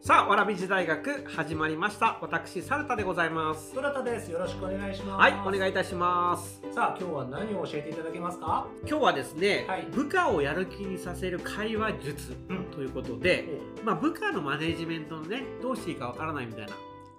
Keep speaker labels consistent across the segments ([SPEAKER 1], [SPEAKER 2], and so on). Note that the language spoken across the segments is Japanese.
[SPEAKER 1] さあ、わらびじ大学始まりました。私、サルタでございます。
[SPEAKER 2] どなたです。よろしくお願いします。
[SPEAKER 1] はい、お願いいたします。
[SPEAKER 2] さあ、今日は何を教えていただけますか。
[SPEAKER 1] 今日はですね、
[SPEAKER 2] はい
[SPEAKER 1] 部下をやる気にさせる会話術
[SPEAKER 2] うん
[SPEAKER 1] ということで、まあ、部下のマネジメントのね、どうしていいかわからないみたい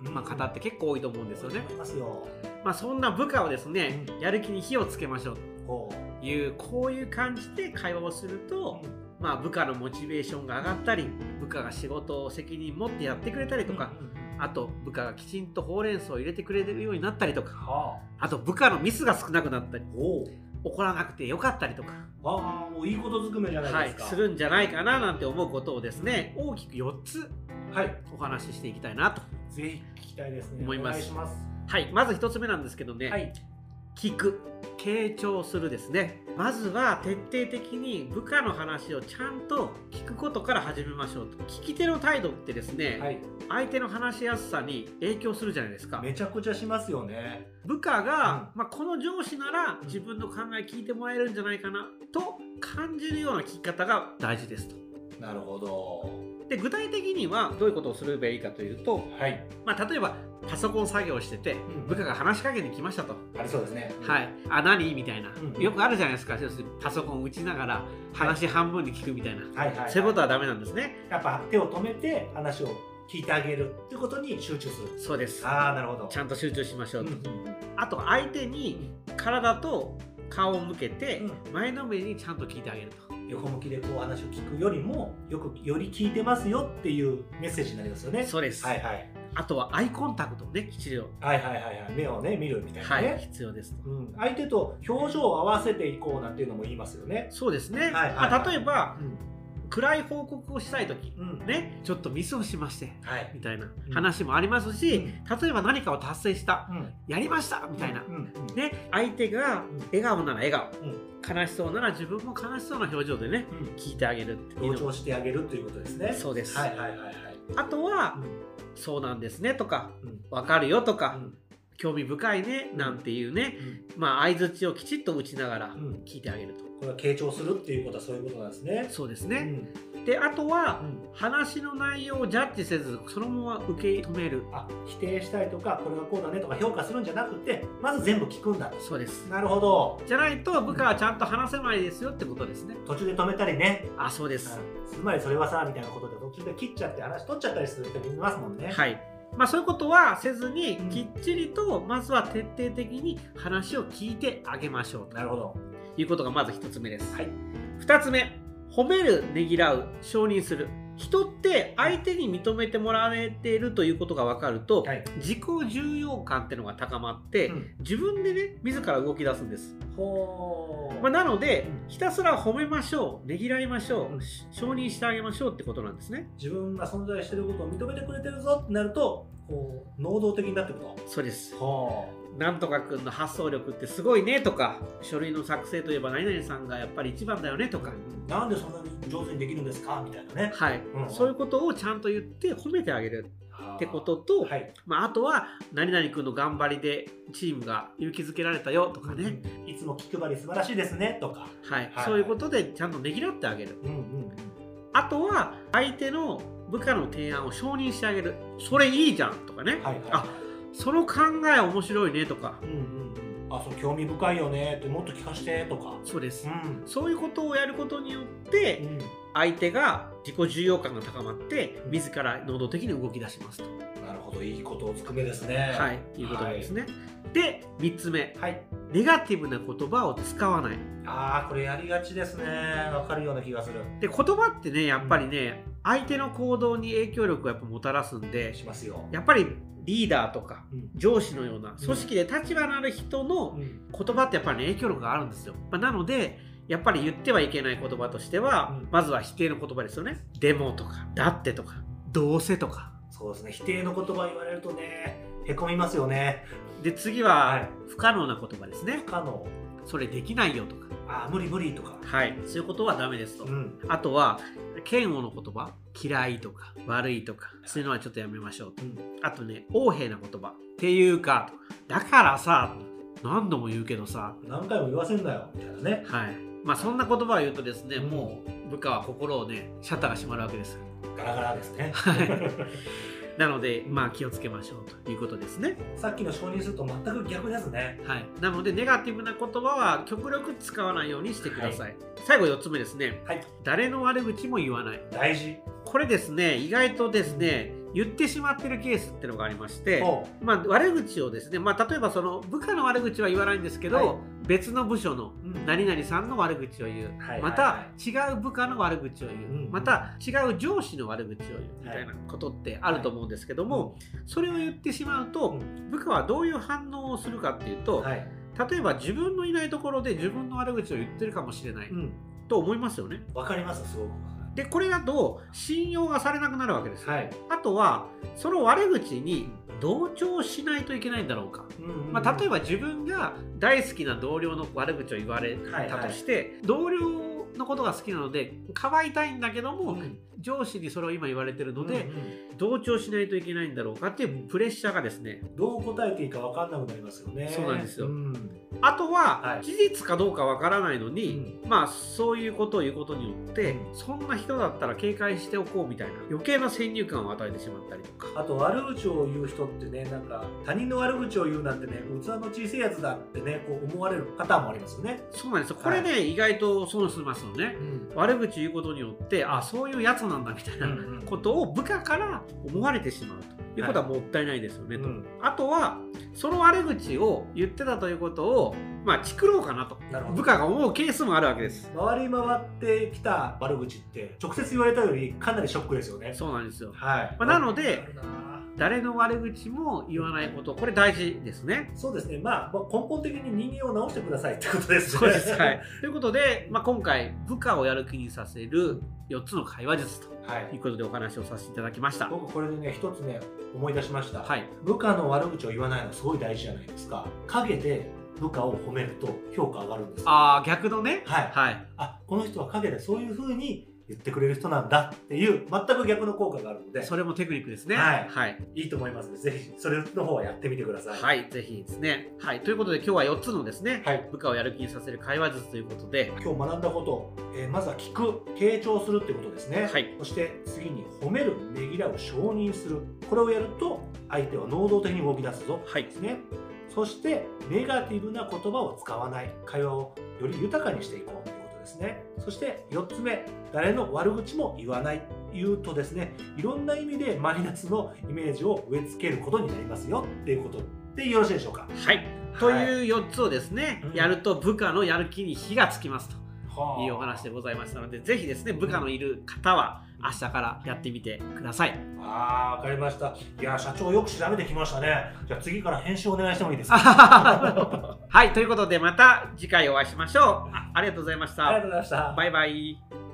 [SPEAKER 1] な、まあ、方って結構多いと思うんですよね
[SPEAKER 2] あ。りますよ。
[SPEAKER 1] まあ、そんな部下をですね、
[SPEAKER 2] うん
[SPEAKER 1] やる気に火をつけましょう
[SPEAKER 2] ほう。
[SPEAKER 1] という、こういう感じで会話をすると、まあ、部下のモチベーションが上がったり、部下が仕事を責任持ってやってくれたりとか、
[SPEAKER 2] うんうんうん
[SPEAKER 1] あと部下がきちんとほうれん草を入れてくれるようになったりとか
[SPEAKER 2] は
[SPEAKER 1] あと部下のミスが少なくなったり
[SPEAKER 2] あ。ほう。
[SPEAKER 1] 怒らなくてよかったりとか、
[SPEAKER 2] ああ、もういいことずくめじゃない
[SPEAKER 1] は
[SPEAKER 2] で
[SPEAKER 1] い
[SPEAKER 2] すか。、
[SPEAKER 1] す。るんじゃないかななんて思うことをですね大きく4つ
[SPEAKER 2] はい。
[SPEAKER 1] お話ししていきたいなと、
[SPEAKER 2] ぜひ聞きたいですね。
[SPEAKER 1] 思います
[SPEAKER 2] お願いします。
[SPEAKER 1] はい、まず1つ目なんですけどね、
[SPEAKER 2] はい。
[SPEAKER 1] 聞く傾聴するですねまずは徹底的に部下の話をちゃんと聞くことから始めましょうと聞き手の態度ってですね、
[SPEAKER 2] はい。
[SPEAKER 1] 相手の話しやすさに影響するじゃないですか
[SPEAKER 2] めちゃくちゃしますよね。
[SPEAKER 1] 部下が、まあ、この上司なら自分の考え聞いてもらえるんじゃないかなと感じるような聞き方が大事ですと。
[SPEAKER 2] なるほど。
[SPEAKER 1] で具体的にはどういうことをすればいいかというと、
[SPEAKER 2] はい。
[SPEAKER 1] まあ、例えばパソコン作業してて
[SPEAKER 2] ん
[SPEAKER 1] 部下が話しかけに来ましたと。
[SPEAKER 2] ありそうですね。
[SPEAKER 1] はい、あ何みたいな
[SPEAKER 2] うん
[SPEAKER 1] よくあるじゃないですか要するにパソコン打ちながら話半分に聞くみたいな、
[SPEAKER 2] はい。はいはい。
[SPEAKER 1] そういうこと
[SPEAKER 2] は。
[SPEAKER 1] はダメなんですね
[SPEAKER 2] やっぱ手を止めて話を聞いてあげるっていうことに集中する。
[SPEAKER 1] そうです
[SPEAKER 2] ああ、なるほど。
[SPEAKER 1] ちゃんと集中しましょ
[SPEAKER 2] う
[SPEAKER 1] うんと、
[SPEAKER 2] うんうん
[SPEAKER 1] あと相手に体と顔を向けて
[SPEAKER 2] う
[SPEAKER 1] 前のめりにちゃんと聞いてあげると
[SPEAKER 2] 横向きでこう話を聞くよりもよくより聞いてますよっていうメッセージになりますよね。
[SPEAKER 1] そうです、
[SPEAKER 2] はいはい
[SPEAKER 1] あとはアイコンタクトをねきちりと、
[SPEAKER 2] はいはいはいはい目をね見るみたいな
[SPEAKER 1] はい
[SPEAKER 2] ね、
[SPEAKER 1] 必要ですと、
[SPEAKER 2] うん、相手と表情を合わせていこうなんていうのも言いますよね。
[SPEAKER 1] そうですね、
[SPEAKER 2] いはいはい
[SPEAKER 1] まあ、例えば
[SPEAKER 2] うん
[SPEAKER 1] 暗い報告をしたい時、
[SPEAKER 2] うん
[SPEAKER 1] ねちょっとミスをしまして
[SPEAKER 2] はい
[SPEAKER 1] みたいな
[SPEAKER 2] うん
[SPEAKER 1] 話もありますし、
[SPEAKER 2] うん
[SPEAKER 1] 例えば何かを達成した
[SPEAKER 2] うん
[SPEAKER 1] やりましたみたいな、
[SPEAKER 2] うんうん
[SPEAKER 1] ね相手が
[SPEAKER 2] ん
[SPEAKER 1] 笑顔なら笑顔
[SPEAKER 2] うん
[SPEAKER 1] 悲しそうなら自分も悲しそうな表情でね
[SPEAKER 2] うん
[SPEAKER 1] 聞いてあげるっていう
[SPEAKER 2] 同
[SPEAKER 1] のも
[SPEAKER 2] 調してあげるということですね。
[SPEAKER 1] そうです、
[SPEAKER 2] はいはいはいはい。
[SPEAKER 1] あとは、
[SPEAKER 2] うん
[SPEAKER 1] そうなんですね」とか
[SPEAKER 2] うん
[SPEAKER 1] 「わかるよ」とか、
[SPEAKER 2] うん
[SPEAKER 1] 興味深いね」なんていうね、
[SPEAKER 2] うん
[SPEAKER 1] まあ相づちをきちっと打ちながら
[SPEAKER 2] うん
[SPEAKER 1] 聞いてあげると、
[SPEAKER 2] これは傾聴するっていうことはそういうことなんですね。
[SPEAKER 1] そうです
[SPEAKER 2] う
[SPEAKER 1] ね、
[SPEAKER 2] ん
[SPEAKER 1] であと
[SPEAKER 2] う
[SPEAKER 1] は、
[SPEAKER 2] ん
[SPEAKER 1] 話の内容をジャッジせずそのまま受け止める
[SPEAKER 2] あ否定したりとかこれはこうだねとか評価するんじゃなくてまず全部聞くんだと。
[SPEAKER 1] そうです
[SPEAKER 2] なるほど。
[SPEAKER 1] じゃないと部下はちゃんと話せないですよってことですね
[SPEAKER 2] 途中で止めたりね
[SPEAKER 1] あそうです
[SPEAKER 2] つまりそれはさみたいなことで途中で切っちゃって話取っちゃったりする人もいますもんね。
[SPEAKER 1] はいまあそういうことはせずに
[SPEAKER 2] うん
[SPEAKER 1] きっちりとまずは徹底的に話を聞いてあげましょう
[SPEAKER 2] なるほど。
[SPEAKER 1] ということがまず1つ目です、
[SPEAKER 2] はい
[SPEAKER 1] 2つ目褒めるねぎらう承認する人って相手に認めてもらえているということが分かると、
[SPEAKER 2] はい
[SPEAKER 1] 自己重要感っていうのが高まって、
[SPEAKER 2] うん
[SPEAKER 1] 自分でね自ら動き出すんです
[SPEAKER 2] ほー
[SPEAKER 1] まあ、なので、
[SPEAKER 2] うん
[SPEAKER 1] ひたすら褒めましょうねぎらいましょう、
[SPEAKER 2] うん
[SPEAKER 1] し承認してあげましょうってことなんですね
[SPEAKER 2] 自分が存在してることを認めてくれてるぞってなるとこう能動的になってくる
[SPEAKER 1] そうです
[SPEAKER 2] と。ほ
[SPEAKER 1] なんとかくんの発想力ってすごいねとか書類の作成といえば何々さんがやっぱり一番だよねとか、
[SPEAKER 2] うなんでそんなに上手にできるんですかみたいなね。
[SPEAKER 1] はい、
[SPEAKER 2] うん
[SPEAKER 1] そういうことをちゃんと言って褒めてあげるってことと、
[SPEAKER 2] はい。
[SPEAKER 1] まあ、あとは何々くんの頑張りでチームが勇気づけられたよとかね、
[SPEAKER 2] うん。いつも気配り素晴らしいですねとか。
[SPEAKER 1] はい
[SPEAKER 2] はい
[SPEAKER 1] そういうことでちゃんとねぎらってあげる
[SPEAKER 2] うんうん
[SPEAKER 1] あとは相手の部下の提案を承認してあげるそれいいじゃんとかね、
[SPEAKER 2] うん。はいはい。
[SPEAKER 1] あその考え面白いねとか
[SPEAKER 2] うんうんうん。あそう興味深いよねってもっと聞かせてとか。
[SPEAKER 1] そうです、
[SPEAKER 2] ん。
[SPEAKER 1] そういうことをやることによって、
[SPEAKER 2] うん
[SPEAKER 1] 相手が自己重要感が高まって自ら能動的に動き出しますと、
[SPEAKER 2] なるほどいいことをつくめですね。
[SPEAKER 1] はい、いうことですね、で3つ目
[SPEAKER 2] はい。
[SPEAKER 1] ネガティブな言葉を使わない
[SPEAKER 2] ああこれやりがちですねわかるような気がする
[SPEAKER 1] で言葉ってねやっぱりね、相手の行動に影響力をやっぱもたらすんで
[SPEAKER 2] しますよ
[SPEAKER 1] やっぱりリーダーとか
[SPEAKER 2] うん
[SPEAKER 1] 上司のような組織で立場のある人の
[SPEAKER 2] うん
[SPEAKER 1] 言葉ってやっぱり、ね、影響力があるんですよ、まあなのでやっぱり言ってはいけない言葉としては、
[SPEAKER 2] うん
[SPEAKER 1] まずは否定の言葉ですよねでもとかだってとかどうせとか
[SPEAKER 2] そうですね否定の言葉言われるとねへこみますよね
[SPEAKER 1] で次
[SPEAKER 2] は
[SPEAKER 1] はい不可能な言葉ですね
[SPEAKER 2] 不可能
[SPEAKER 1] それできないよとか
[SPEAKER 2] ああ無理無理とか
[SPEAKER 1] はいそういうことはダメですと、
[SPEAKER 2] うん
[SPEAKER 1] あとは嫌悪の言葉嫌いとか悪いとかそういうのはちょっとやめましょうと
[SPEAKER 2] うん
[SPEAKER 1] あとね横柄な言葉っていうかだからさ何度も言うけどさ
[SPEAKER 2] 何回も言わせんなよみたいなね
[SPEAKER 1] はいまあそんな言葉を言うとですね、
[SPEAKER 2] うん
[SPEAKER 1] もう部下は心をねシャッターが閉まるわけ です
[SPEAKER 2] ガラガラですね。
[SPEAKER 1] なのでまあ気をつけましょうということですね
[SPEAKER 2] さっきの承認すると全く逆ですね。
[SPEAKER 1] はいなのでネガティブな言葉は極力使わないようにしてください、最後4つ目ですね
[SPEAKER 2] はい、
[SPEAKER 1] 誰の悪口も言わない
[SPEAKER 2] 大事。
[SPEAKER 1] これですね意外とですね言ってしまってるケースってのがありまして
[SPEAKER 2] ほ
[SPEAKER 1] まあ、悪口をですね、まあ、例えばその部下の悪口は言わないんですけど、
[SPEAKER 2] はい
[SPEAKER 1] 別の部署の
[SPEAKER 2] ううん
[SPEAKER 1] 何々さんの悪口を言う、
[SPEAKER 2] はい
[SPEAKER 1] ま
[SPEAKER 2] は
[SPEAKER 1] た違う部下の悪口を言う、
[SPEAKER 2] うん
[SPEAKER 1] また違う上司の悪口を言うみたいなことってあると思うんですけども、それを言ってしまうと、
[SPEAKER 2] う
[SPEAKER 1] 部下はどういう反応をするかっていうと、
[SPEAKER 2] はい。
[SPEAKER 1] 例えば自分のいないところで自分の悪口を言ってるかもしれない、
[SPEAKER 2] うん。
[SPEAKER 1] と思いますよね。
[SPEAKER 2] わかりますすごく。
[SPEAKER 1] でこれだと信用がされなくなるわけですよ、
[SPEAKER 2] はい。
[SPEAKER 1] あとはその悪口に同調しないといけないんだろうか
[SPEAKER 2] うん
[SPEAKER 1] まあ、例えば自分が大好きな同僚の悪口を言われ
[SPEAKER 2] はい
[SPEAKER 1] たとして、同僚のことが好きなので可愛いたいんだけども、
[SPEAKER 2] うん
[SPEAKER 1] 上司にそれを今言われてるので、
[SPEAKER 2] うんうん
[SPEAKER 1] 同調しないといけないんだろうかっていうプレッシャーがですね
[SPEAKER 2] どう答えていいかわかんなくなりますよね。
[SPEAKER 1] そうなんですよ
[SPEAKER 2] うん
[SPEAKER 1] あと
[SPEAKER 2] は
[SPEAKER 1] はい事実かどうかわからないのに、まあそういうことを言うことによって、
[SPEAKER 2] うん
[SPEAKER 1] そんな人だったら警戒しておこうみたいな余計な先入観を与えてしまったりとか。
[SPEAKER 2] あと悪口を言う人ってねなんか他人の悪口を言うなんてね器の小さいやつだってねこう思われるパターンもありますよね。
[SPEAKER 1] そうなんですよこれね、意外と損しますよね。悪口言うことによってあそういうやつなんだみたいな、ことを部下から思われてしまうということはもったいないですよね、と
[SPEAKER 2] うん
[SPEAKER 1] あとはその悪口を言ってたということをまあチクろうかなと
[SPEAKER 2] なるほど
[SPEAKER 1] 部下が思うケースもあるわけです
[SPEAKER 2] 回り回ってきた悪口って直接言われたよりかなりショックですよね。
[SPEAKER 1] そうなんですよ
[SPEAKER 2] はい
[SPEAKER 1] まあなので
[SPEAKER 2] わかるな
[SPEAKER 1] 誰の悪口も言わないことこれ大事ですね
[SPEAKER 2] そうですね、まあ、まあ根本的に人間を直してくださいってことですね。
[SPEAKER 1] そうです、 はい、ということで、まあ、今回部下をやる気にさせる4つの会話術と
[SPEAKER 2] はい
[SPEAKER 1] いうことでお話をさせていただきました
[SPEAKER 2] 僕これでね一つね思い出しました、
[SPEAKER 1] はい
[SPEAKER 2] 部下の悪口を言わないのすごい大事じゃないですか陰で部下を褒めると評価上がるんですよ
[SPEAKER 1] あー逆のね
[SPEAKER 2] はい
[SPEAKER 1] はい
[SPEAKER 2] あこの人は陰でそういうふうに言ってくれる人なんだっていう全く逆の効果があるので
[SPEAKER 1] それもテクニックですね
[SPEAKER 2] はい
[SPEAKER 1] はい
[SPEAKER 2] いいと思いますのでぜひそれの方はやってみてください
[SPEAKER 1] はい、ぜひですね。はい、ということで今日は4つのですね、
[SPEAKER 2] はい
[SPEAKER 1] 部下をやる気にさせる会話術ということで、
[SPEAKER 2] 今日学んだこと、えーまずは聞く傾聴するってことですね、
[SPEAKER 1] はい
[SPEAKER 2] そして次に褒めるねぎらう承認するこれをやると相手は能動的に動き出すぞ
[SPEAKER 1] はい
[SPEAKER 2] で、すねそしてネガティブな言葉を使わない会話をより豊かにしていこうということですねそして4つ目誰の悪口も言わない言うとですねいろんな意味でマイナスのイメージを植え付けることになりますよっていうことでよろしいでしょうか
[SPEAKER 1] はい、という4つをですね、
[SPEAKER 2] うん
[SPEAKER 1] やると部下のやる気に火がつきますと
[SPEAKER 2] はい
[SPEAKER 1] いうお話でございましたので、ぜひですね、部下のいる方は明日からやってみてください。
[SPEAKER 2] あーわかりましたいや社長よく調べてきましたねじゃあ次から編集お願いしてもいいで すか
[SPEAKER 1] はい、ということでまた次回お会いしましょう。あありがとうございまし
[SPEAKER 2] あり
[SPEAKER 1] た。
[SPEAKER 2] がとうございました
[SPEAKER 1] バイバイ。